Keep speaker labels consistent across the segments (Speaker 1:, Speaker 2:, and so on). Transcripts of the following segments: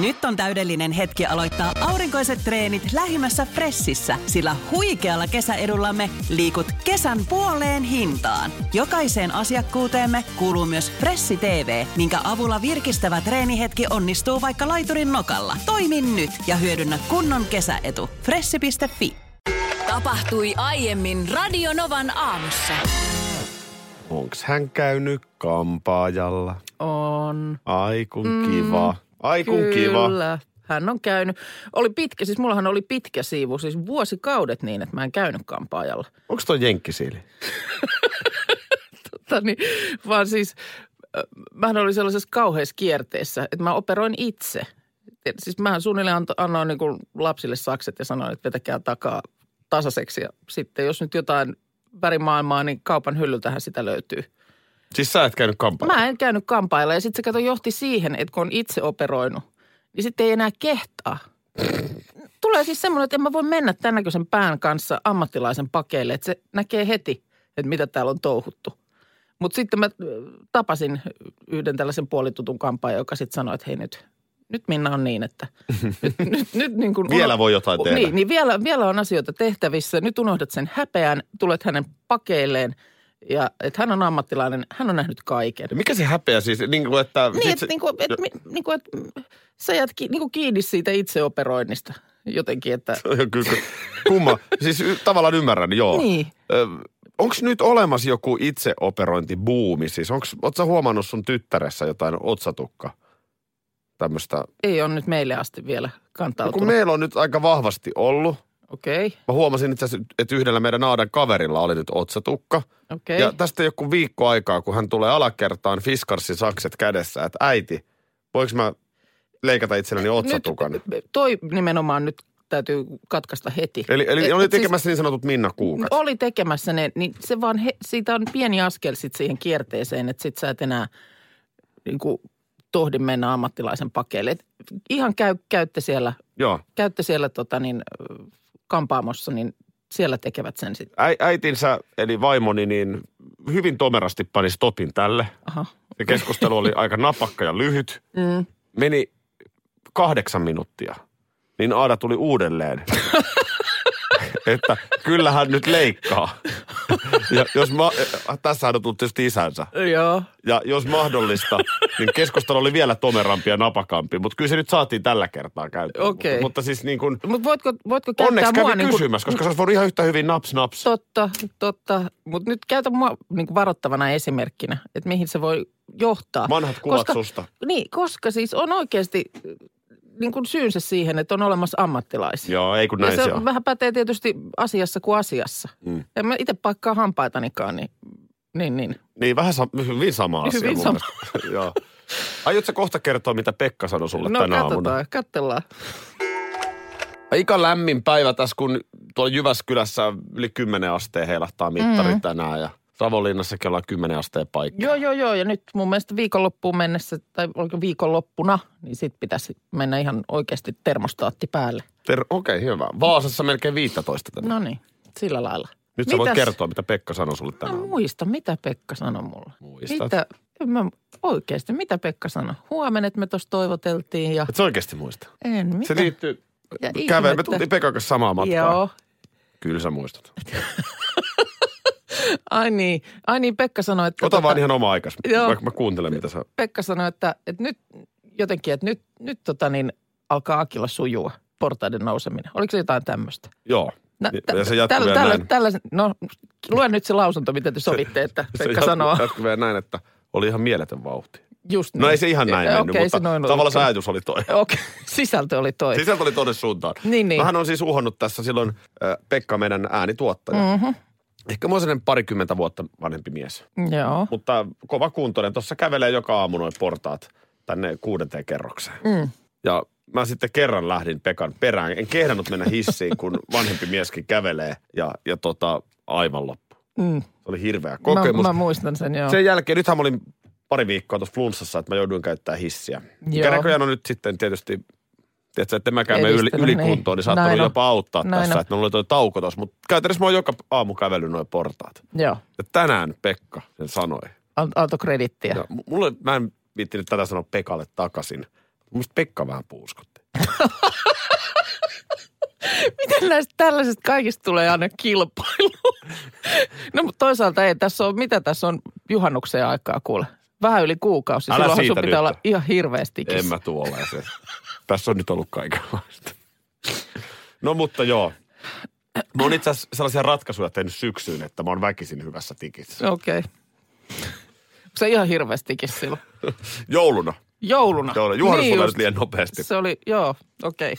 Speaker 1: Nyt on täydellinen hetki aloittaa aurinkoiset treenit lähimmässä Fressissä, sillä huikealla kesäedullamme liikut kesän puoleen hintaan. Jokaiseen asiakkuuteemme kuuluu myös Fressi TV, minkä avulla virkistävä treenihetki onnistuu vaikka laiturin nokalla. Toimi nyt ja hyödynnä kunnon kesäetu. Fressi.fi
Speaker 2: Tapahtui aiemmin Radionovan aamussa.
Speaker 3: Onks hän käynyt kampaajalla?
Speaker 4: On.
Speaker 3: Ai kun kiva. Ai kun kiva.
Speaker 4: Mm, Kyllä. Hän on käynyt. Oli pitkä, siis mullahan oli pitkä siivu, siis vuosikaudet niin, että mä en käynyt kampaajalla.
Speaker 3: Onks toi jenkkisiili?
Speaker 4: Tota niin, vaan siis äh, mähän olin sellaisessa kauheassa kierteessä, että mä operoin itse. Et Siis mähän suunnilleen anto- annoin niin kuin lapsille sakset ja sanoin, että vetäkää takaa tasaiseksi. Ja sitten jos nyt jotain värimaailmaa, niin kaupan hyllyltähän sitä löytyy.
Speaker 3: Siis sä et käynyt kampaajalla?
Speaker 4: Mä en käynyt kampailla ja sitten se kato johti siihen, että kun on itse operoinut, niin sitten ei enää kehtaa. Tulee siis semmoinen, että en mä voi mennä tämän näköisen pään kanssa ammattilaisen pakeille, että se näkee heti, että mitä täällä on touhuttu. Mutta sitten mä äh, tapasin yhden tällaisen puolitutun kampaajan, joka sitten sanoi, että hei nyt, nyt Minna on niin, että nyt, nyt, nyt niin kuin
Speaker 3: Vielä voi jotain tehdä.
Speaker 4: Niin, niin vielä, vielä on asioita tehtävissä. Nyt unohdat sen häpeän, tulet hänen pakeilleen ja että hän on ammattilainen, hän on nähnyt kaiken.
Speaker 3: Ja Mikä se häpeä siis? Niin kuin, että...
Speaker 4: Niin,
Speaker 3: sit
Speaker 4: että
Speaker 3: se-
Speaker 4: niinku, et, mi- niinku, et, mm, sä jäät ki, niinku kiinni siitä itseoperoinnista jotenkin, että
Speaker 3: Kyllä, kumma. Siis y- tavallaan ymmärrän, joo.
Speaker 4: Niin.
Speaker 3: Onko nyt olemassa joku itseoperointibuumi? Siis onks, oot sä huomannut sun tyttäressä jotain otsatukka? Tämmöistä.
Speaker 4: ei ole nyt meille asti vielä
Speaker 3: No kun
Speaker 4: kantautunut.
Speaker 3: meillä on nyt aika vahvasti ollut.
Speaker 4: Okei, okei.
Speaker 3: Mä huomasin itse asiassa, että yhdellä meidän Naadan kaverilla oli nyt otsatukka.
Speaker 4: Okay,
Speaker 3: Ja tästä joku viikko aikaa, kun hän tulee alakertaan fiskarssi sakset kädessä, että äiti, voinko mä leikata itselleni otsatukan?
Speaker 4: Nyt, toi nimenomaan nyt täytyy katkaista heti.
Speaker 3: Eli, eli
Speaker 4: Et-
Speaker 3: oli
Speaker 4: et siis-
Speaker 3: tekemässä niin sanotut Minna Kuukat.
Speaker 4: Oli tekemässä ne, niin se vaan, he, siitä on pieni askel sit siihen kierteeseen, että sit sä et enää niin kuin, tohdi mennä ammattilaisen pakeille. Et ihan käy, käytte siellä,
Speaker 3: Joo.
Speaker 4: käytte siellä tota niin, ö, kampaamossa, niin siellä tekevät sen sitten.
Speaker 3: Äi, äitinsä, eli vaimoni, niin hyvin tomerasti pani stopin tälle.
Speaker 4: Aha.
Speaker 3: Se keskustelu oli aika napakka ja lyhyt.
Speaker 4: Mm.
Speaker 3: Meni kahdeksan minuuttia. Niin Aada tuli uudelleen. että kyllähän nyt leikkaa. ja jos ma- tässä hän on tullut tietysti isänsä.
Speaker 4: Joo.
Speaker 3: Ja jos mahdollista, niin keskustelu oli vielä tomerampi ja napakampi. Mutta kyllä se nyt saatiin tällä kertaa käyttöön.
Speaker 4: Okei.
Speaker 3: Mutta, mutta siis niin kuin,
Speaker 4: Mutta voitko, voitko käyttää
Speaker 3: onneksi
Speaker 4: mua
Speaker 3: kävi
Speaker 4: niin kuin,
Speaker 3: kysymässä, koska se olisi voinut ihan yhtä hyvin naps naps.
Speaker 4: Totta, totta. Mutta nyt käytä mua niin kuin varoittavana esimerkkinä, että mihin se voi johtaa.
Speaker 3: Vanhat kuvat
Speaker 4: koska,
Speaker 3: susta.
Speaker 4: Niin, koska siis on oikeasti niin kuin syynsä siihen, että on olemassa ammattilaisia.
Speaker 3: Joo, ei kun
Speaker 4: ja
Speaker 3: näin
Speaker 4: se,
Speaker 3: se on.
Speaker 4: vähän pätee tietysti asiassa kuin asiassa.
Speaker 3: Mm.
Speaker 4: En mä itse paikkaa hampaitanikaan, niin niin. niin.
Speaker 3: Niin, vähän sa- hyvin sama asia
Speaker 4: Hyvin
Speaker 3: mun
Speaker 4: sama.
Speaker 3: mielestä. Joo. Aiotko kohta kertoa, mitä Pekka sanoi sulle
Speaker 4: no
Speaker 3: tänä
Speaker 4: katsotaan,
Speaker 3: aamuna?
Speaker 4: katsellaan.
Speaker 3: Aika lämmin päivä tässä, kun tuolla Jyväskylässä yli 10 asteen heilahtaa mittari mm. tänään ja Savonlinnassakin ollaan 10 asteen paikka.
Speaker 4: Joo, joo, joo. Ja nyt mun mielestä viikonloppuun mennessä, tai oliko viikonloppuna, niin sit pitäisi mennä ihan oikeasti termostaatti päälle.
Speaker 3: Ter- Okei, okay, hyvä. Vaasassa melkein 15 tänään.
Speaker 4: No niin, sillä lailla.
Speaker 3: Nyt sä voit
Speaker 4: Mitäs- No,
Speaker 3: kertoa, mitä Pekka sanoi sulle
Speaker 4: Mä
Speaker 3: tänään.
Speaker 4: en muista, mitä Pekka sanoi mulle.
Speaker 3: Muistat?
Speaker 4: Mitä, en mä, oikeasti, mitä Pekka sanoi? Huomenet me tuossa toivoteltiin ja
Speaker 3: Et sä oikeasti muista?
Speaker 4: en mitä.
Speaker 3: Se liittyy...
Speaker 4: Ja
Speaker 3: Käve, me
Speaker 4: ihmettä.
Speaker 3: tultiin Pekan kanssa samaa matkaa.
Speaker 4: Joo.
Speaker 3: Kyllä sä muistat.
Speaker 4: Ai niin, ai niin Pekka sanoi, että...
Speaker 3: Ota vaan ihan oma aikas,
Speaker 4: Joo.
Speaker 3: vaikka mä kuuntelen, mitä sä...
Speaker 4: Pekka sanoi, että, että nyt jotenkin, että nyt, nyt tota niin, alkaa Akilla sujua portaiden nouseminen. Oliko se jotain tämmöistä?
Speaker 3: Joo.
Speaker 4: Nä-
Speaker 3: Ja-
Speaker 4: No, tä-
Speaker 3: Niin, ja se jatkuu
Speaker 4: tällä-
Speaker 3: vielä
Speaker 4: tällä-
Speaker 3: näin.
Speaker 4: tällä- no, luen nyt se lausunto, mitä te sovitte, että
Speaker 3: Se
Speaker 4: Pekka
Speaker 3: jatku-
Speaker 4: sanoo.
Speaker 3: Jatkuu vielä näin, että oli ihan mieletön vauhti.
Speaker 4: Just
Speaker 3: No ei se ihan näin
Speaker 4: Ja-
Speaker 3: mennyt,
Speaker 4: okei,
Speaker 3: mutta
Speaker 4: se noin oli.
Speaker 3: tavallaan Siis se ajatus oli toi.
Speaker 4: Okei, sisältö oli toi.
Speaker 3: Sisältö oli toden suuntaan.
Speaker 4: Niin, niin.
Speaker 3: No hän on siis uhannut tässä silloin äh, Pekka, meidän äänituottaja.
Speaker 4: Mhm.
Speaker 3: Ehkä mä oon sellainen parikymmentä vuotta vanhempi mies.
Speaker 4: Joo.
Speaker 3: Mutta kova kuntoinen. Tuossa kävelee joka aamu noin portaat tänne kuudenteen kerrokseen.
Speaker 4: Mm.
Speaker 3: Ja mä sitten kerran lähdin Pekan perään. En kehdannut mennä hissiin, kun vanhempi mieskin kävelee. Ja, ja tota, aivan loppu.
Speaker 4: Mm.
Speaker 3: Se oli hirveä kokemus.
Speaker 4: Mä, mä muistan sen, joo.
Speaker 3: Sen jälkeen, nythän mä olin pari viikkoa tuossa flunssassa, että mä jouduin käyttää hissiä. Mikä
Speaker 4: Joo.
Speaker 3: näköjään on nyt sitten tietysti, tiedätkö, että mä käyn yli,
Speaker 4: Edistänyt,
Speaker 3: ylikuntoon, niin
Speaker 4: niin.
Speaker 3: saattanut
Speaker 4: Näin on.
Speaker 3: jopa auttaa
Speaker 4: Näin
Speaker 3: tässä,
Speaker 4: on.
Speaker 3: että mulla oli toi tauko tuossa. Mutta käytännössä mä oon joka aamu kävellyt noin portaat.
Speaker 4: Joo.
Speaker 3: Ja tänään Pekka sen sanoi.
Speaker 4: An- Antoi kredittiä.
Speaker 3: No, Ja m- mulle, mä en viittinyt tätä sanoa Pekalle takaisin. Mielestäni Pekka vähän puuskotti.
Speaker 4: Miten näistä tällaisista kaikista tulee aina kilpailu? No mutta toisaalta ei tässä on, mitä tässä on juhannukseen aikaa kuule? Vähän yli kuukausi.
Speaker 3: Älä
Speaker 4: Silloinhan
Speaker 3: siitä
Speaker 4: sun pitää
Speaker 3: nyt.
Speaker 4: olla ihan hirveästi
Speaker 3: En mä tuollaisen. Tässä on nyt ollut kaikenlaista. No mutta joo. Mä oon itse asiassa sellaisia ratkaisuja tehnyt syksyyn, että mä oon väkisin hyvässä tikissä.
Speaker 4: Okei. Okay. Se ihan hirveästikin silloin.
Speaker 3: Jouluna.
Speaker 4: Jouluna.
Speaker 3: Jouluna. Juhannus
Speaker 4: Niin
Speaker 3: niin
Speaker 4: just.
Speaker 3: nyt liian nopeasti.
Speaker 4: Se oli, joo, okei.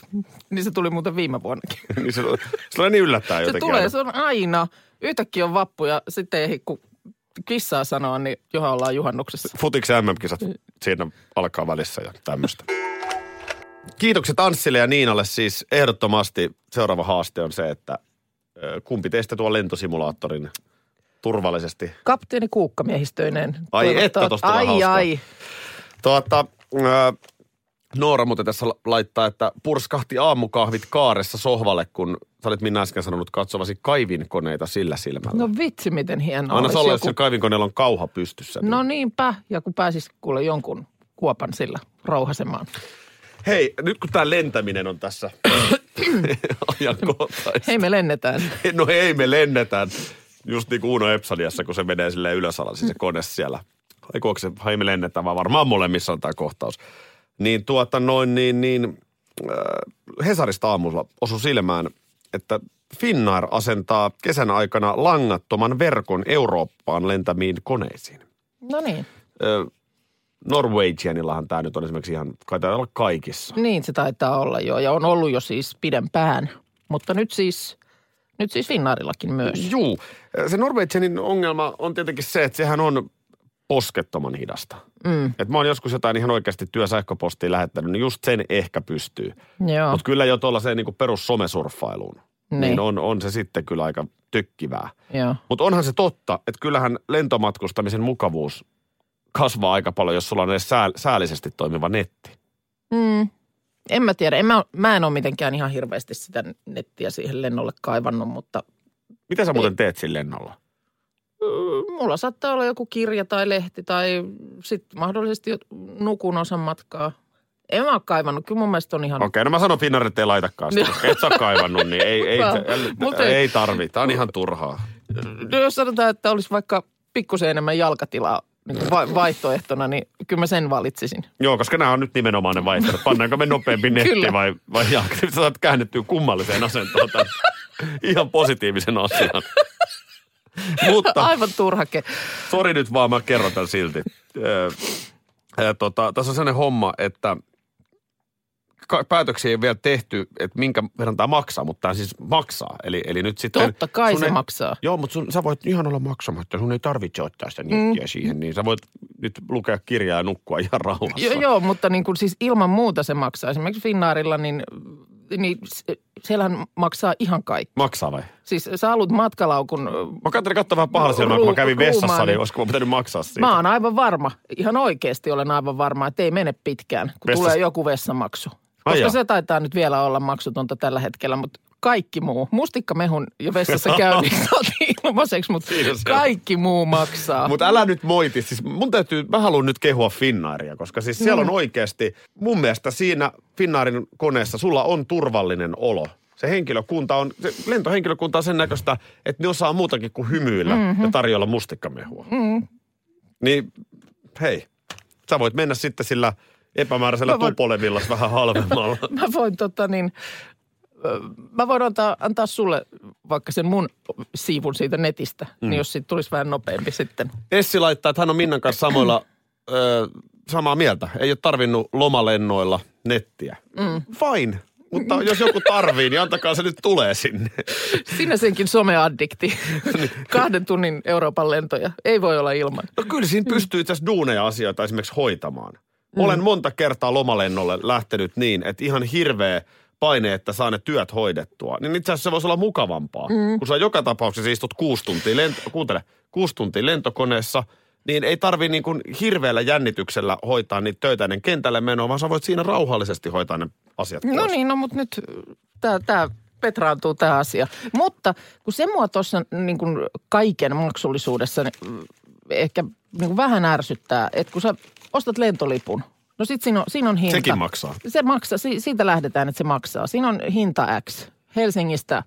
Speaker 4: Niin se tuli muuten viime vuonnakin.
Speaker 3: Niin se, se oli niin yllättäen
Speaker 4: Se
Speaker 3: jotenkin.
Speaker 4: tulee,
Speaker 3: aina.
Speaker 4: se on aina. Yhtäkkiä on vappu ja sitten ei ehdi, kun kissaa sanoa, niin johan ollaan juhannuksessa.
Speaker 3: Futiksen MM-kisat
Speaker 4: Mm.
Speaker 3: siinä alkaa välissä ja tämmöistä. Kiitokset Anssille ja Niinalle siis ehdottomasti. Seuraava haaste on se, että ö, kumpi teistä tuo lentosimulaattorin turvallisesti?
Speaker 4: Kapteeni Kuukka miehistöinen.
Speaker 3: Ai
Speaker 4: Toivottaa-
Speaker 3: että, tosta tulee
Speaker 4: Ai,
Speaker 3: hauskaa.
Speaker 4: ai.
Speaker 3: Tuota, ö, Noora muuten tässä la- laittaa, että purskahti aamukahvit kaaressa sohvalle, kun sä olit minä äsken sanonut katsovasi kaivinkoneita sillä silmällä.
Speaker 4: No vitsi, miten hienoa.
Speaker 3: Anna
Speaker 4: olisi
Speaker 3: se olla, jos
Speaker 4: joku-
Speaker 3: sillä kaivinkoneella on kauha pystyssä. niin-
Speaker 4: No niinpä, ja kun pääsis kuule jonkun kuopan sillä rouhasemaan.
Speaker 3: Hei, nyt kun tämä lentäminen on tässä ajankohtaista.
Speaker 4: Hei me lennetään.
Speaker 3: No ei, me lennetään. Just niin kuin Uno Epsaliassa, kun se menee silleen ylösalaisin se kone siellä. Eiku, onko se, hei me lennetään, vaan varmaan molemmissa on tämä kohtaus. Niin tuota noin, niin, niin äh, Hesarista aamulla osui silmään, että Finnair asentaa kesän aikana langattoman verkon Eurooppaan lentämiin koneisiin.
Speaker 4: No niin,
Speaker 3: Ö, Norwegianillahan tämä nyt on esimerkiksi ihan, kai tää olla kaikissa.
Speaker 4: niin se taitaa olla jo, ja on ollut jo siis pidempään. Mutta nyt siis, nyt siis Finnaarillakin myös.
Speaker 3: Juu, se Norwegianin ongelma on tietenkin se, että sehän on poskettoman hidasta.
Speaker 4: Mm,
Speaker 3: Et mä oon joskus jotain ihan oikeasti työsähköpostiin lähettänyt, niin just sen ehkä pystyy.
Speaker 4: joo,
Speaker 3: Mutta kyllä jo tuollaiseen niin perus somesurffailuun,
Speaker 4: niin,
Speaker 3: niin, niin on, on se sitten kyllä aika tykkivää.
Speaker 4: joo.
Speaker 3: Mutta onhan se totta, että kyllähän lentomatkustamisen mukavuus kasvaa aika paljon, jos sulla on edes sää, säällisesti toimiva netti.
Speaker 4: Mm. En mä tiedä, en mä, mä en ole mitenkään ihan hirveästi sitä nettiä siihen lennolle kaivannut, mutta
Speaker 3: Mitä
Speaker 4: Niin.
Speaker 3: sä muuten teet sillä lennolla?
Speaker 4: Mm, Mulla saattaa olla joku kirja tai lehti tai sitten mahdollisesti jo- nukun osan matkaa. En mä ole kaivannut, kyllä mun mielestä on ihan...
Speaker 3: Okei, okay, no mä sanon Finnair, että ei laitakaan sitä. koska Et sä oo kaivannut, niin ei, ei,
Speaker 4: Vaan, mut
Speaker 3: ei,
Speaker 4: ei-
Speaker 3: ei tarvi. Tää on ihan turhaa.
Speaker 4: No Jos sanotaan, että olisi vaikka pikkusen enemmän jalkatilaa niin kuin vai- vaihtoehtona, niin kyllä mä sen valitsisin.
Speaker 3: Joo, koska nämä on nyt nimenomaan ne vaihtoehdot. Pannaanko me nopeampi netti
Speaker 4: Kyllä.
Speaker 3: vai, vai jalka? Sä saat käännettyä kummalliseen asentoon tämän ihan positiivisen asian. Mutta
Speaker 4: Aivan turhake.
Speaker 3: sori nyt vaan, mä kerron tämän silti. Ö, ö, tota, tässä on sellainen homma, että ka- päätöksiä ei ole vielä tehty, että minkä verran tämä maksaa, mutta tämä siis maksaa. Eli, eli nyt sitten...
Speaker 4: Totta kai
Speaker 3: sun
Speaker 4: se
Speaker 3: ei-
Speaker 4: maksaa.
Speaker 3: Joo, mutta sun, sä voit ihan olla maksamatta. Sun ei tarvitse ottaa sitä nittiä mm. siihen, niin sä voit nyt lukea kirjaa ja nukkua ihan rauhassa.
Speaker 4: Joo, joo, mutta niin kuin siis ilman muuta se maksaa. Esimerkiksi Finnaarilla, niin, niin se- siellähän maksaa ihan kaikki.
Speaker 3: Maksaa vai?
Speaker 4: Siis sä haluat matkalaukun ö,
Speaker 3: Mä katselin katsoa vähän pahalla silmällä, kun mä
Speaker 4: Ruu-
Speaker 3: kävin
Speaker 4: ruumaan,
Speaker 3: vessassa, niin
Speaker 4: niin-
Speaker 3: olisiko mä pitänyt maksaa siitä.
Speaker 4: Mä oon aivan varma, ihan oikeasti olen aivan varma, että ei mene pitkään, kun
Speaker 3: Vessas-
Speaker 4: tulee joku vessamaksu.
Speaker 3: Ai
Speaker 4: Koska
Speaker 3: jaa.
Speaker 4: se taitaa nyt vielä olla maksutonta tällä hetkellä, mutta kaikki muu. Mustikkamehun ja vessassa käynnin saatiin ilmaiseksi, mutta
Speaker 3: Siinä se on.
Speaker 4: kaikki muu maksaa.
Speaker 3: Mutta älä nyt moiti, siis mun täytyy, mä haluan nyt kehua Finnairia, koska siis siellä on
Speaker 4: Mm.
Speaker 3: oikeasti, mun mielestä siinä Finnairin koneessa sulla on turvallinen olo. Se henkilökunta on, se lentohenkilökunta on sen näköistä, että ne osaa muutakin kuin hymyillä
Speaker 4: Mhm.
Speaker 3: mm-hmm. ja tarjolla mustikkamehua. Mm-hmm.
Speaker 4: Mm.
Speaker 3: Niin hei, sä voit mennä sitten sillä epämääräisellä
Speaker 4: Mä voin-
Speaker 3: tupolevilla vähän halvemmalla.
Speaker 4: Mä voin tota niin, ö, mä voin antaa, antaa sulle vaikka sen mun siivun siitä netistä, mm. niin jos siitä tulisi vähän nopeampi sitten.
Speaker 3: Essi laittaa, että hän on Minnan kanssa samoilla, ö, samaa mieltä. Ei ole tarvinnut lomalennoilla nettiä. Mm. Fine. Mutta jos joku tarvii, niin antakaa se nyt tulee sinne.
Speaker 4: Sinä senkin someaddikti.
Speaker 3: Niin.
Speaker 4: Kahden tunnin Euroopan lentoja. Ei voi olla ilman.
Speaker 3: No kyllä siinä
Speaker 4: Mm.
Speaker 3: pystyy itse asiassa duuneja asioita esimerkiksi hoitamaan. Olen monta kertaa lomalennolle lähtenyt niin, että ihan hirveä paine, että saa ne työt hoidettua. Niin itse asiassa se voisi olla mukavampaa. Mm. Kun sä joka tapauksessa istut kuusi tuntia, lento, kuuntele, kuusi tuntia lentokoneessa, niin ei tarvi niin kuin hirveällä jännityksellä hoitaa niitä töitä ennen kentälle menoa, vaan sä voit siinä rauhallisesti hoitaa ne asiat
Speaker 4: No
Speaker 3: pois.
Speaker 4: niin, no mutta nyt tämä tää petraantuu tämä asia. Mutta kun se mua tuossa niin kun kaiken maksullisuudessa niin, mm, ehkä niin kun vähän ärsyttää, että kun sä ostat lentolipun, No sit siinä on, siinä on hinta.
Speaker 3: Sekin maksaa.
Speaker 4: Se maksaa, si- siitä lähdetään, että se maksaa. Siinä on hinta X Helsingistä,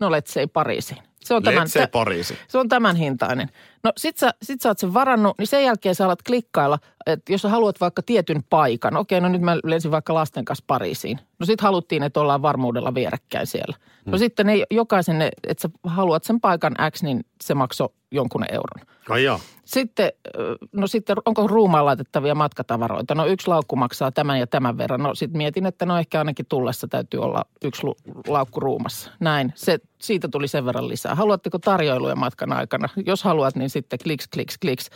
Speaker 4: no let's say Pariisiin. Se on tämän,
Speaker 3: Let's say
Speaker 4: tä-
Speaker 3: Pariisi.
Speaker 4: se on tämän hintainen. No sit sä, sit sä oot sen varannut, niin sen jälkeen sä alat klikkailla, että jos sä haluat vaikka tietyn paikan. Okei, no nyt mä lensin vaikka lasten kanssa Pariisiin. No sit haluttiin, että ollaan varmuudella vierekkäin siellä. No sitten ne, jokaisen, ne, että sä haluat sen paikan X, niin se maksoi jonkun euron.
Speaker 3: Ai joo.
Speaker 4: Sitten, ö, no sitten onko ruumaan laitettavia matkatavaroita? No yksi laukku maksaa tämän ja tämän verran. No sitten mietin, että no ehkä ainakin tullessa täytyy olla yksi lu- laukku ruumassa. Näin, se, siitä tuli sen verran lisää. Haluatteko tarjoiluja matkan aikana? Jos haluat, niin sitten kliks, kliks, kliks.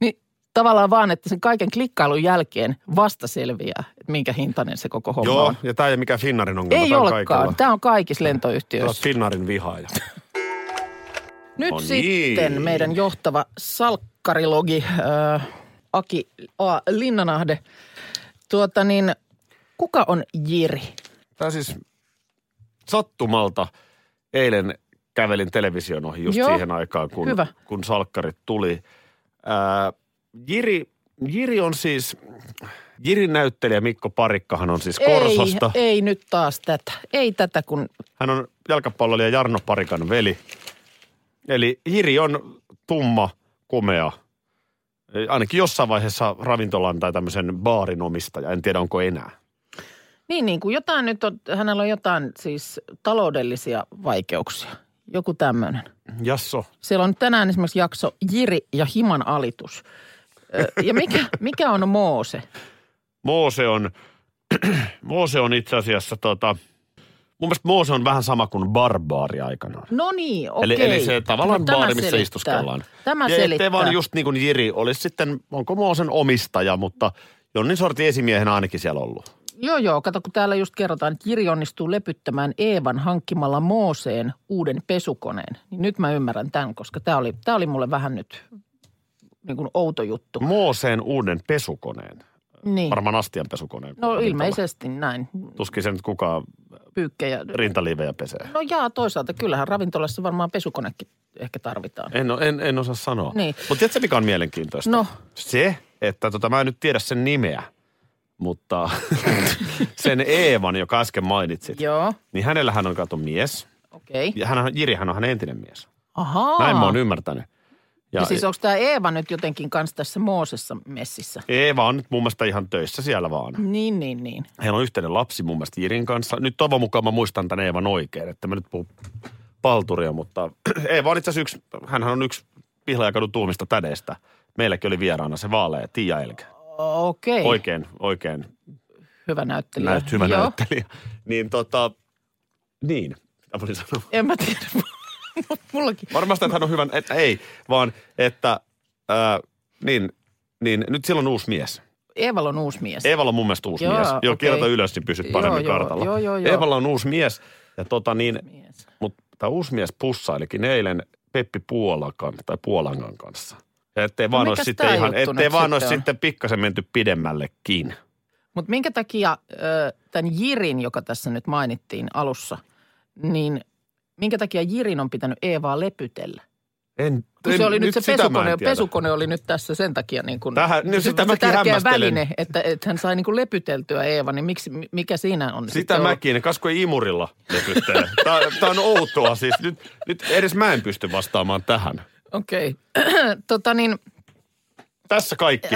Speaker 4: Niin tavallaan vaan, että sen kaiken klikkailun jälkeen vasta selviää, että minkä hintainen se koko homma
Speaker 3: Joo,
Speaker 4: on.
Speaker 3: ja tämä ei ole mikään Finnaarin ongelma.
Speaker 4: Ei
Speaker 3: tää on
Speaker 4: olekaan.
Speaker 3: kaikilla.
Speaker 4: Tämä on kaikissa
Speaker 3: Sä oot
Speaker 4: lentoyhtiöissä.
Speaker 3: Finnaarin vihaaja.
Speaker 4: Nyt
Speaker 3: No
Speaker 4: sitten
Speaker 3: niin.
Speaker 4: meidän johtava salkkarilogi äh, Aki A. Linnanahde. Tuota niin, kuka on Jiri?
Speaker 3: Tämä siis sattumalta eilen kävelin television ohi just
Speaker 4: Joo.
Speaker 3: siihen aikaan, kun,
Speaker 4: Hyvä.
Speaker 3: kun salkkarit tuli. Ää, Jiri, Jiri on siis, Jirin näyttelijä Mikko Parikkahan on siis Korsosta.
Speaker 4: Ei, ei nyt taas tätä. Ei tätä, kun
Speaker 3: Hän on jalkapallolija Jarno Parikan veli. Eli Jiri on tumma, komea. Eh, Ainakin jossain vaiheessa ravintolan tai tämmöisen baarin omistaja. En tiedä, onko enää.
Speaker 4: niin, niin kuin jotain nyt on, hänellä on jotain siis taloudellisia vaikeuksia. Joku tämmöinen.
Speaker 3: Jasso.
Speaker 4: Siellä on tänään esimerkiksi jakso Jiri ja himan alitus. Ö, Ja mikä, mikä on Moose?
Speaker 3: Moose on, Moose on itse asiassa tota, mun mielestä Moose on vähän sama kuin barbaari aikanaan.
Speaker 4: No niin, okei.
Speaker 3: Eli, eli se tavallaan
Speaker 4: No,
Speaker 3: no,
Speaker 4: tämä
Speaker 3: baari, missä
Speaker 4: selittää.
Speaker 3: istuskellaan.
Speaker 4: Tämä
Speaker 3: ja
Speaker 4: selittää.
Speaker 3: ettei vaan just niin kuin Jiri olisi sitten, onko Moosen omistaja, mutta jonnin sortin esimiehenä ainakin siellä ollut.
Speaker 4: Joo, joo. Kato, kun täällä just kerrotaan, että Jiri onnistuu lepyttämään Eevan hankkimalla Mooseen uuden pesukoneen. Niin nyt mä ymmärrän tämän, koska tämä oli, tää oli mulle vähän nyt niin kuin outo juttu.
Speaker 3: Mooseen uuden pesukoneen.
Speaker 4: Niin.
Speaker 3: Varmaan astian pesukoneen.
Speaker 4: No ilmeisesti näin.
Speaker 3: Tuskin sen kukaan
Speaker 4: Pyykkejä.
Speaker 3: rintaliivejä pesee.
Speaker 4: No jaa, toisaalta kyllähän ravintolassa varmaan pesukonekin ehkä tarvitaan.
Speaker 3: En, o- en, en osaa sanoa.
Speaker 4: Niin.
Speaker 3: Mutta tiedätkö, mikä on mielenkiintoista?
Speaker 4: No.
Speaker 3: Se, että tota, mä en nyt tiedä sen nimeä, mutta sen Eevan, joka äsken mainitsit,
Speaker 4: Joo,
Speaker 3: niin hänellähän on kato mies.
Speaker 4: okei. Okay.
Speaker 3: Ja hän, Jirihän on hänen entinen mies.
Speaker 4: Ahaa.
Speaker 3: Näin mä oon ymmärtänyt.
Speaker 4: ja siis onko tämä Eeva nyt jotenkin kanssa tässä Moosessa messissä?
Speaker 3: Eeva on nyt mun mielestä ihan töissä siellä vaan.
Speaker 4: Niin, niin, niin.
Speaker 3: Heillä on yhteinen lapsi mun mielestä Jirin kanssa. Nyt toivon mukaan mä muistan tämän Eevan oikein, että mä nyt puhun palturia, mutta Eeva on itse asiassa yksi, hänhän on yksi Pihlajakadun tuumista tädeistä. Meilläkin oli vieraana se vaalea Tiia Elkä.
Speaker 4: Okei, okay.
Speaker 3: Oikein, oikein
Speaker 4: hyvä näyttelijä.
Speaker 3: näyt, hyvä
Speaker 4: Joo.
Speaker 3: näyttelijä. Niin tota, niin. Mä voin sanoa.
Speaker 4: En mä tiedä. Mullakin.
Speaker 3: Varmasti, että hän on hyvän, että ei, vaan että, ää, niin, niin nyt sillä on uusi mies.
Speaker 4: Eevalla on uusi mies.
Speaker 3: Eevalla on mun mielestä uusi
Speaker 4: Joo,
Speaker 3: mies. Joo,
Speaker 4: okei.
Speaker 3: kirjoita ylös, niin pysyt paremmin
Speaker 4: Joo, joo,
Speaker 3: kartalla.
Speaker 4: joo, joo, joo.
Speaker 3: Eevalla on uusi mies ja tota niin,
Speaker 4: mies.
Speaker 3: Mutta tämä uusi mies pussailikin eilen Peppi Puolakan tai Puolangan kanssa. Ja ettei vaan
Speaker 4: No mikäs
Speaker 3: olisi
Speaker 4: tää
Speaker 3: sitten ihan,
Speaker 4: juttu
Speaker 3: ettei
Speaker 4: nyt
Speaker 3: vaan
Speaker 4: sitten
Speaker 3: olisi
Speaker 4: on?
Speaker 3: sitten pikkasen menty pidemmällekin.
Speaker 4: Mutta minkä takia ö, tämän Jirin, joka tässä nyt mainittiin alussa, niin minkä takia Jirin on pitänyt Eevaa lepytellä?
Speaker 3: En,
Speaker 4: Kun
Speaker 3: en-
Speaker 4: se oli nyt se
Speaker 3: sitä mä en
Speaker 4: pesukone,
Speaker 3: tiedä.
Speaker 4: pesukone oli nyt tässä sen takia niin kuin,
Speaker 3: Tähän- niin sitä
Speaker 4: se
Speaker 3: mäkin
Speaker 4: tärkeä
Speaker 3: hämmästelen.
Speaker 4: väline, että, että hän sai niin kuin lepyteltyä Eeva, niin miksi, mikä siinä on?
Speaker 3: Sitä
Speaker 4: sitten ollut?
Speaker 3: mäkin, kasko ei imurilla lepyttele. Tää, tää on outoa siis. Nyt, nyt edes mä en pysty vastaamaan tähän.
Speaker 4: Okei. tota niin,
Speaker 3: Tässä kaikki.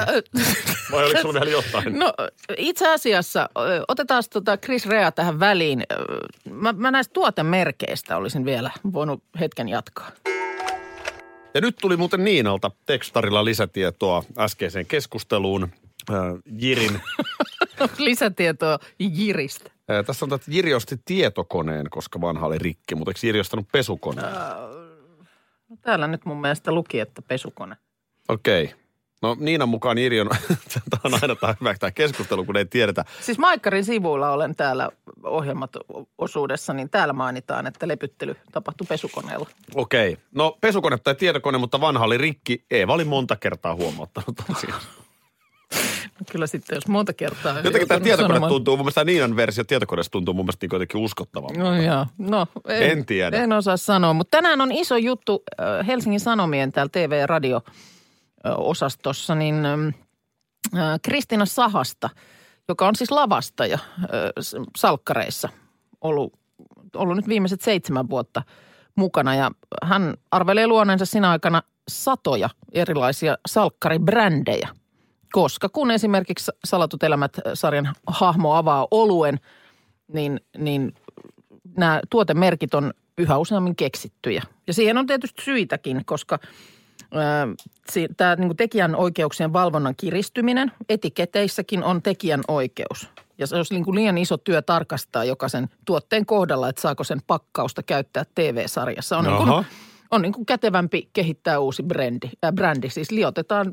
Speaker 3: Vai oliko sulla vielä jotain?
Speaker 4: No itse asiassa, ö, otetaan tota Chris Rea tähän väliin. Ö, Mä, mä näistä tuotemerkeistä olisin vielä voinut hetken jatkaa.
Speaker 3: Ja nyt tuli muuten Niinalta tekstarilla lisätietoa äskeiseen keskusteluun. Äh, Jirin
Speaker 4: Lisätietoa Jiristä.
Speaker 3: Ää, Äh, Tässä on, että Jiri osti tietokoneen, koska vanha oli rikki, mutta eikö Jiri ostanut
Speaker 4: Äh.
Speaker 3: pesukoneen?
Speaker 4: No, täällä nyt mun mielestä luki, että pesukone.
Speaker 3: Okei. Okay. No Niinan mukaan Jiri on, tämä on aina tämä hyvä tämä keskustelu, kun ei tiedetä.
Speaker 4: Siis Maikkarin sivuilla olen täällä ohjelmat o- osuudessa, niin täällä mainitaan, että lepyttely tapahtui pesukoneella.
Speaker 3: Okei. Okay. No pesukone tai tietokone, mutta vanha oli rikki. Eeva oli monta kertaa huomauttanut asiaa.
Speaker 4: Kyllä sitten, jos monta kertaa...
Speaker 3: Jotenkin tämä
Speaker 4: joutunut
Speaker 3: tietokone
Speaker 4: sanomaan-
Speaker 3: tuntuu, mun mielestä tämä Niinan versio tietokoneesta tuntuu mun mielestä niin jotenkin uskottavalta.
Speaker 4: No joo, no en,
Speaker 3: En tiedä.
Speaker 4: En osaa sanoa, mutta tänään on iso juttu äh, Helsingin Sanomien täällä TV- ja radio-osastossa, niin äh, ähm, ää, Kristina Sahasta, joka on siis lavastaja ää, s- salkkareissa ollut, ollut nyt viimeiset seitsemän vuotta mukana. Ja hän arvelee luoneensa sinä aikana satoja erilaisia salkkaribrändejä, koska kun esimerkiksi Salatut elämät-sarjan hahmo avaa oluen, niin, niin nämä tuotemerkit on yhä useammin keksittyjä. Ja siihen on tietysti syitäkin, koska – tämä niin tekijän oikeuksien valvonnan kiristyminen, etiketeissäkin on tekijän oikeus. Ja se olisi niin kuin liian iso työ tarkastaa jokaisen tuotteen kohdalla, että saako sen pakkausta käyttää TV-sarjassa. On, niin
Speaker 3: Jaha.
Speaker 4: kuin, on niin kuin kätevämpi kehittää uusi brändi, äh, brändi. Siis liotetaan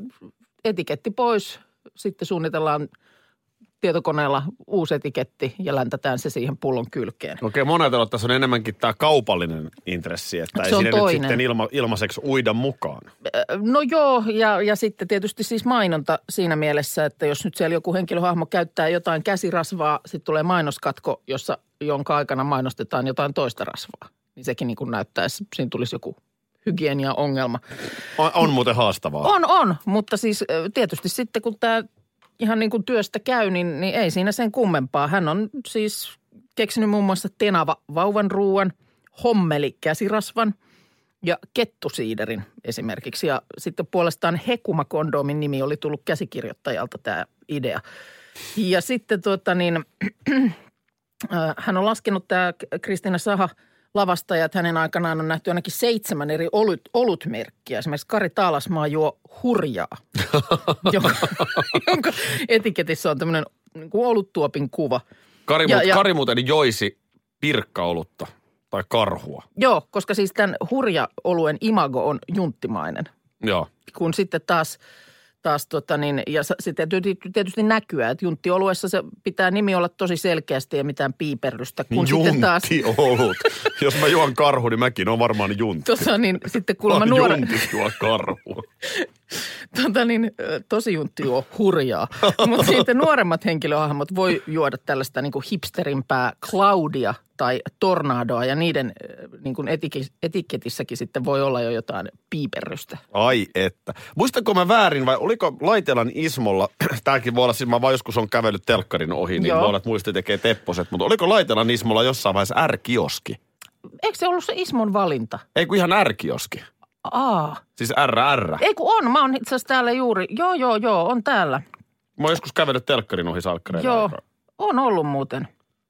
Speaker 4: etiketti pois, sitten suunnitellaan tietokoneella uusi etiketti ja läntätään se siihen pullon kylkeen.
Speaker 3: Okei, monella tavalla tässä on enemmänkin tämä kaupallinen intressi, että
Speaker 4: Se
Speaker 3: ei
Speaker 4: on
Speaker 3: sinne nyt
Speaker 4: toinen.
Speaker 3: sitten ilma, ilmaiseksi uida mukaan.
Speaker 4: No joo, ja, ja sitten tietysti siis mainonta siinä mielessä, että jos nyt siellä joku henkilöhahmo käyttää jotain käsirasvaa, sitten tulee mainoskatko, jossa, jonka aikana mainostetaan jotain toista rasvaa. Niin sekin niin kuin näyttäisi, siinä tulisi joku hygieniaongelma.
Speaker 3: On, on muuten haastavaa.
Speaker 4: On, on, mutta siis ö, tietysti sitten kun tämä ihan niin kuin työstä käy, niin, niin ei siinä sen kummempaa. Hän on siis keksinyt muun muassa tenava vauvan ruuan, hommeli käsirasvan ja kettusiiderin esimerkiksi. Ja sitten puolestaan hekumakondoomin nimi oli tullut käsikirjoittajalta tämä idea. Ja sitten tuota niin, Ö, Hän on laskenut tämä Kristina Saha lavastaja, että hänen aikanaan on nähty ainakin seitsemän eri olut, olutmerkkiä. Esimerkiksi Kari Taalasmaa juo hurjaa, jonka, jonka etiketissä on tämmöinen niin kuin oluttuopin kuva.
Speaker 3: Kari,
Speaker 4: Ja-
Speaker 3: ja, ja...
Speaker 4: ja-
Speaker 3: Kari muuten joisi pirkkaolutta tai karhua.
Speaker 4: Joo, koska siis tämän hurja-oluen imago on junttimainen.
Speaker 3: Joo.
Speaker 4: kun sitten taas, taas tota niin, ja sa- sitten tietysti, tietysti näkyä, että junttioluessa se pitää nimi olla tosi selkeästi ja mitään piiperrystä. Kun sitten taas,
Speaker 3: Junttiolut. Niin Jos mä juon karhu, niin mäkin on varmaan juntti.
Speaker 4: tota niin, sitten kuulemma
Speaker 3: Kuulemma
Speaker 4: nuore,
Speaker 3: Juntit juo karhua.
Speaker 4: tota niin, ö, tosi juntti on hurjaa. Mutta sitten nuoremmat henkilöhahmot voi juoda tällaista niin kuin hipsterimpää Claudia tai Tornadoa ja niiden ö, niin kuin etikis- etiketissäkin sitten voi olla jo jotain piiperrystä.
Speaker 3: Ai että. Muistanko mä väärin vai oliko Laitelan Ismolla, tämäkin voi olla, siis mä vaan joskus on kävellyt telkkarin ohi, niin
Speaker 4: Joo.
Speaker 3: voi olla, että muisti tekee tepposet, mutta oliko Laitelan Ismolla jossain vaiheessa R-kioski?
Speaker 4: Eikö se ollut se Ismon valinta?
Speaker 3: Ei kun ihan R-kioski.
Speaker 4: Aa.
Speaker 3: Siis RR.
Speaker 4: Ei kun on, mä oon itse asiassa täällä juuri. Joo, joo, joo, on täällä.
Speaker 3: Mä oon joskus kävellyt telkkarin ohi salkkareilla.
Speaker 4: Joo,
Speaker 3: aikaa.
Speaker 4: on ollut muuten.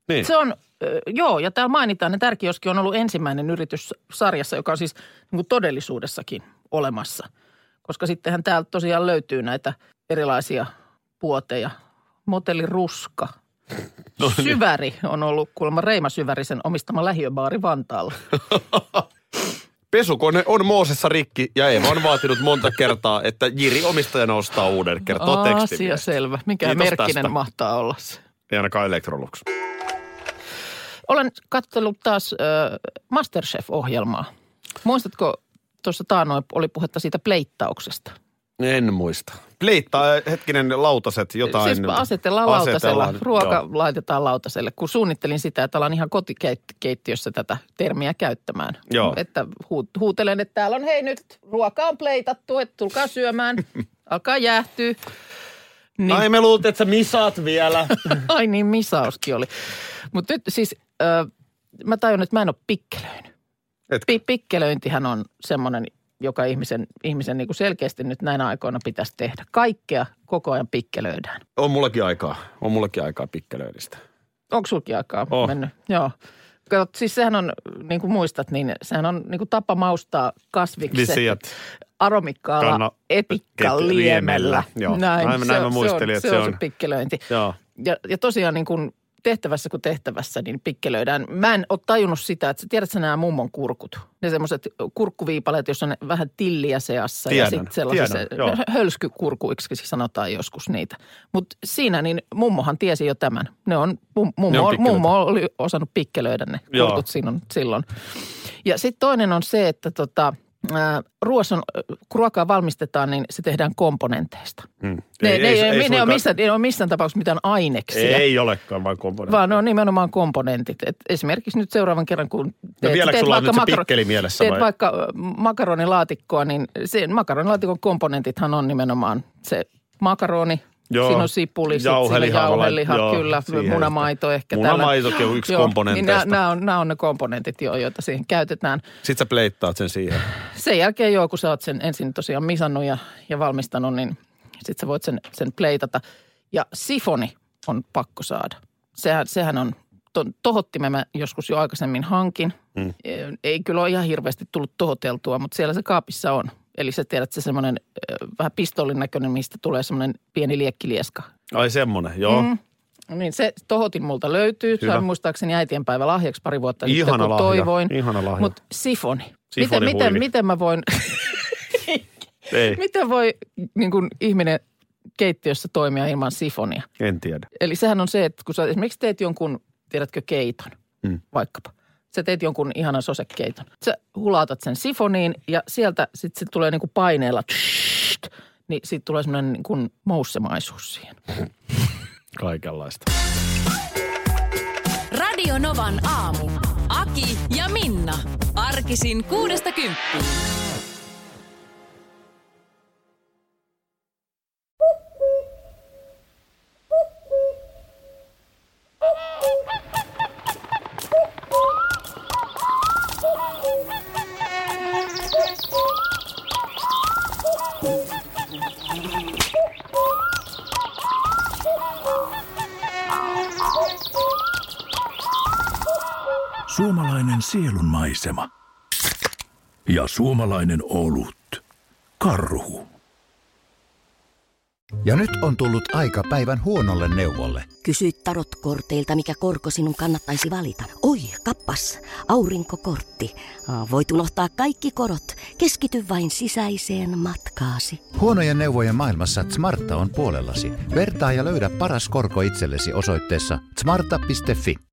Speaker 3: Niin.
Speaker 4: Se on, ö, joo, ja täällä mainitaan, että Tärkioski on ollut ensimmäinen yritys sarjassa, joka on siis niin kuin todellisuudessakin olemassa. Koska sittenhän täältä tosiaan löytyy näitä erilaisia puoteja. Motelli Ruska. No,
Speaker 3: niin.
Speaker 4: Syväri on ollut kuulemma Reima Syvärisen omistama lähiöbaari Vantaalla.
Speaker 3: Pesukone on Moosessa rikki ja Eeva on vaatinut monta kertaa, että Jiri omistajana ostaa uuden kertoo
Speaker 4: Asia
Speaker 3: tekstiviestin.
Speaker 4: selvä. Mikä
Speaker 3: no, Kiitos
Speaker 4: merkkinen
Speaker 3: tästä.
Speaker 4: mahtaa olla se.
Speaker 3: Ei Niin ainakaan Electrolux.
Speaker 4: Olen katsellut taas äh, Masterchef-ohjelmaa. Muistatko, tuossa taanoin oli puhetta siitä pleittauksesta.
Speaker 3: En muista. Pleittaa eh, hetkinen lautaset jotain.
Speaker 4: Siis asetellaan lautasella,
Speaker 3: Tota, Asetellaan,
Speaker 4: ruoka
Speaker 3: joo.
Speaker 4: laitetaan lautaselle. Kun suunnittelin sitä, että alan ihan kotikeittiössä tätä termiä käyttämään.
Speaker 3: Joo.
Speaker 4: Että huu- huutelen, että täällä on hei nyt ruoka on pleitattu, että tulkaa syömään, alkaa jäähtyä. Niin,
Speaker 3: Ai me luultiin, että sä misaat vielä.
Speaker 4: ai niin, misauskin oli. Mutta nyt siis, ö, mä tajun, että mä en ole pikkelöinyt.
Speaker 3: Et-
Speaker 4: Pi- pikkelöintihän on semmoinen, joka ihmisen, ihmisen niin kuin selkeästi nyt näinä aikoina pitäisi tehdä. Kaikkea koko ajan pikkelöidään.
Speaker 3: on mullakin aikaa. On mullakin aikaa pikkelöinnistä.
Speaker 4: Onko sulki aikaa
Speaker 3: On.
Speaker 4: oh. mennyt? Joo. Kato, siis sehän on, niin kuin muistat, niin sehän on niin kuin tapa maustaa kasvikset
Speaker 3: Visijat.
Speaker 4: aromikkaalla
Speaker 3: Kanna-
Speaker 4: etikkaliemellä.
Speaker 3: liemellä. Joo. Näin-
Speaker 4: se
Speaker 3: näin
Speaker 4: on-
Speaker 3: mä
Speaker 4: se
Speaker 3: muistelin,
Speaker 4: on,
Speaker 3: että
Speaker 4: se
Speaker 3: se
Speaker 4: on. Se
Speaker 3: on.
Speaker 4: pikkelöinti.
Speaker 3: Joo.
Speaker 4: Ja, ja tosiaan niin kuin tehtävässä kuin tehtävässä, niin pikkelöidään. Mä en ole tajunnut sitä, että sä tiedätkö sä nämä mummon kurkut? Ne semmoiset kurkkuviipaleet, jossa on vähän tilliä seassa.
Speaker 3: Tiedän,
Speaker 4: ja sitten sellaisissa
Speaker 3: tiedän, joo.
Speaker 4: hölskykurkuiksi sanotaan joskus niitä. Mutta siinä niin mummohan tiesi jo tämän. Ne on, mum- mummo,
Speaker 3: Ne on
Speaker 4: on
Speaker 3: pikkelöitä.
Speaker 4: mummo oli osannut pikkelöidä ne
Speaker 3: Joo.
Speaker 4: kurkut sinun, silloin. Ja sitten toinen on se, että tota, ää, ruoson, äh, kun ruokaa valmistetaan, niin se tehdään komponenteista.
Speaker 3: Hmm.
Speaker 4: Ne, ei, ne, ei, ei, ne,
Speaker 3: suinkaan-
Speaker 4: on missään, ne on missään tapauksessa mitään aineksia.
Speaker 3: Ei olekaan vaan komponentti.
Speaker 4: Vaan ne on nimenomaan komponentit. Et esimerkiksi nyt seuraavan kerran, kun teet,
Speaker 3: No vieläkö
Speaker 4: teet
Speaker 3: sulla on
Speaker 4: vaikka,
Speaker 3: nyt se pikkeli mielessä
Speaker 4: teet
Speaker 3: vai?
Speaker 4: vaikka ö, makaronilaatikkoa, niin sen makaronilaatikon komponentithan on nimenomaan se makaroni,
Speaker 3: Joo.
Speaker 4: Siinä on sipuli, sit siinä
Speaker 3: Jauhelihavat,
Speaker 4: jauhelihat,
Speaker 3: joo,
Speaker 4: kyllä,
Speaker 3: siihen
Speaker 4: munamaito
Speaker 3: sitä.
Speaker 4: ehkä.
Speaker 3: Munamaitokin on yksi komponenteista.
Speaker 4: Niin nämä, on, nämä on ne komponentit, jo, joita siihen käytetään.
Speaker 5: Sitten sä pleittaat sen siihen.
Speaker 4: Sen jälkeen joo, kun sä oot sen ensin tosiaan misannut ja, ja valmistanut, niin sit sä voit sen, sen pleitata. Ja sifoni on pakko saada. Sehän, sehän on, to, tohottimen mä joskus jo aikaisemmin hankin. Mm. Ei kyllä ole ihan hirveästi tullut tohoteltua, mutta siellä se kaapissa on. Eli sä tiedät se semmoinen ö, vähän pistollin näköinen, mistä tulee semmoinen pieni liekkilieska.
Speaker 3: Ai semmonen, joo. Mm.
Speaker 4: Niin se tohotin multa löytyy. Hyvä.
Speaker 3: Hyvä.
Speaker 4: Sain muistaakseni äitienpäivä lahjaksi pari vuotta
Speaker 3: Ihana
Speaker 4: sitten, kun
Speaker 3: lahja,
Speaker 4: toivoin.
Speaker 3: ihana lahja.
Speaker 4: Mutta sifoni.
Speaker 3: Sifoni
Speaker 4: miten, miten,
Speaker 3: huivi.
Speaker 4: miten mä voin...
Speaker 3: Ei,
Speaker 4: Miten voi niin kuin ihminen keittiössä toimia ilman sifonia?
Speaker 3: en tiedä.
Speaker 4: Eli sehän on se, että kun sä esimerkiksi teet jonkun, tiedätkö, keiton mm. vaikkapa. Sä teet jonkun ihanan sosekeiton. Sä hulaatat sen sifoniin ja sieltä sitten sit tulee niin kuin paineella tssst, niin siitä tulee semmoinen niin kuin moussemaisuus siihen.
Speaker 5: Kaikenlaista.
Speaker 2: Radio Novan aamu. Aki ja Minna. Arkisin kuudesta kymppiin.
Speaker 6: Suomalainen sielunmaisema. Ja suomalainen olut. Karhu.
Speaker 7: Ja nyt on tullut aika päivän huonolle neuvolle.
Speaker 8: Kysy tarotkorteilta, mikä korko sinun kannattaisi valita. Oi, kappas, aurinkokortti. Aa, Voit unohtaa kaikki korot. Keskity vain sisäiseen matkaasi.
Speaker 7: Huonojen neuvojen maailmassa Smarta on puolellasi. Vertaa ja löydä paras korko itsellesi osoitteessa smarta.fi.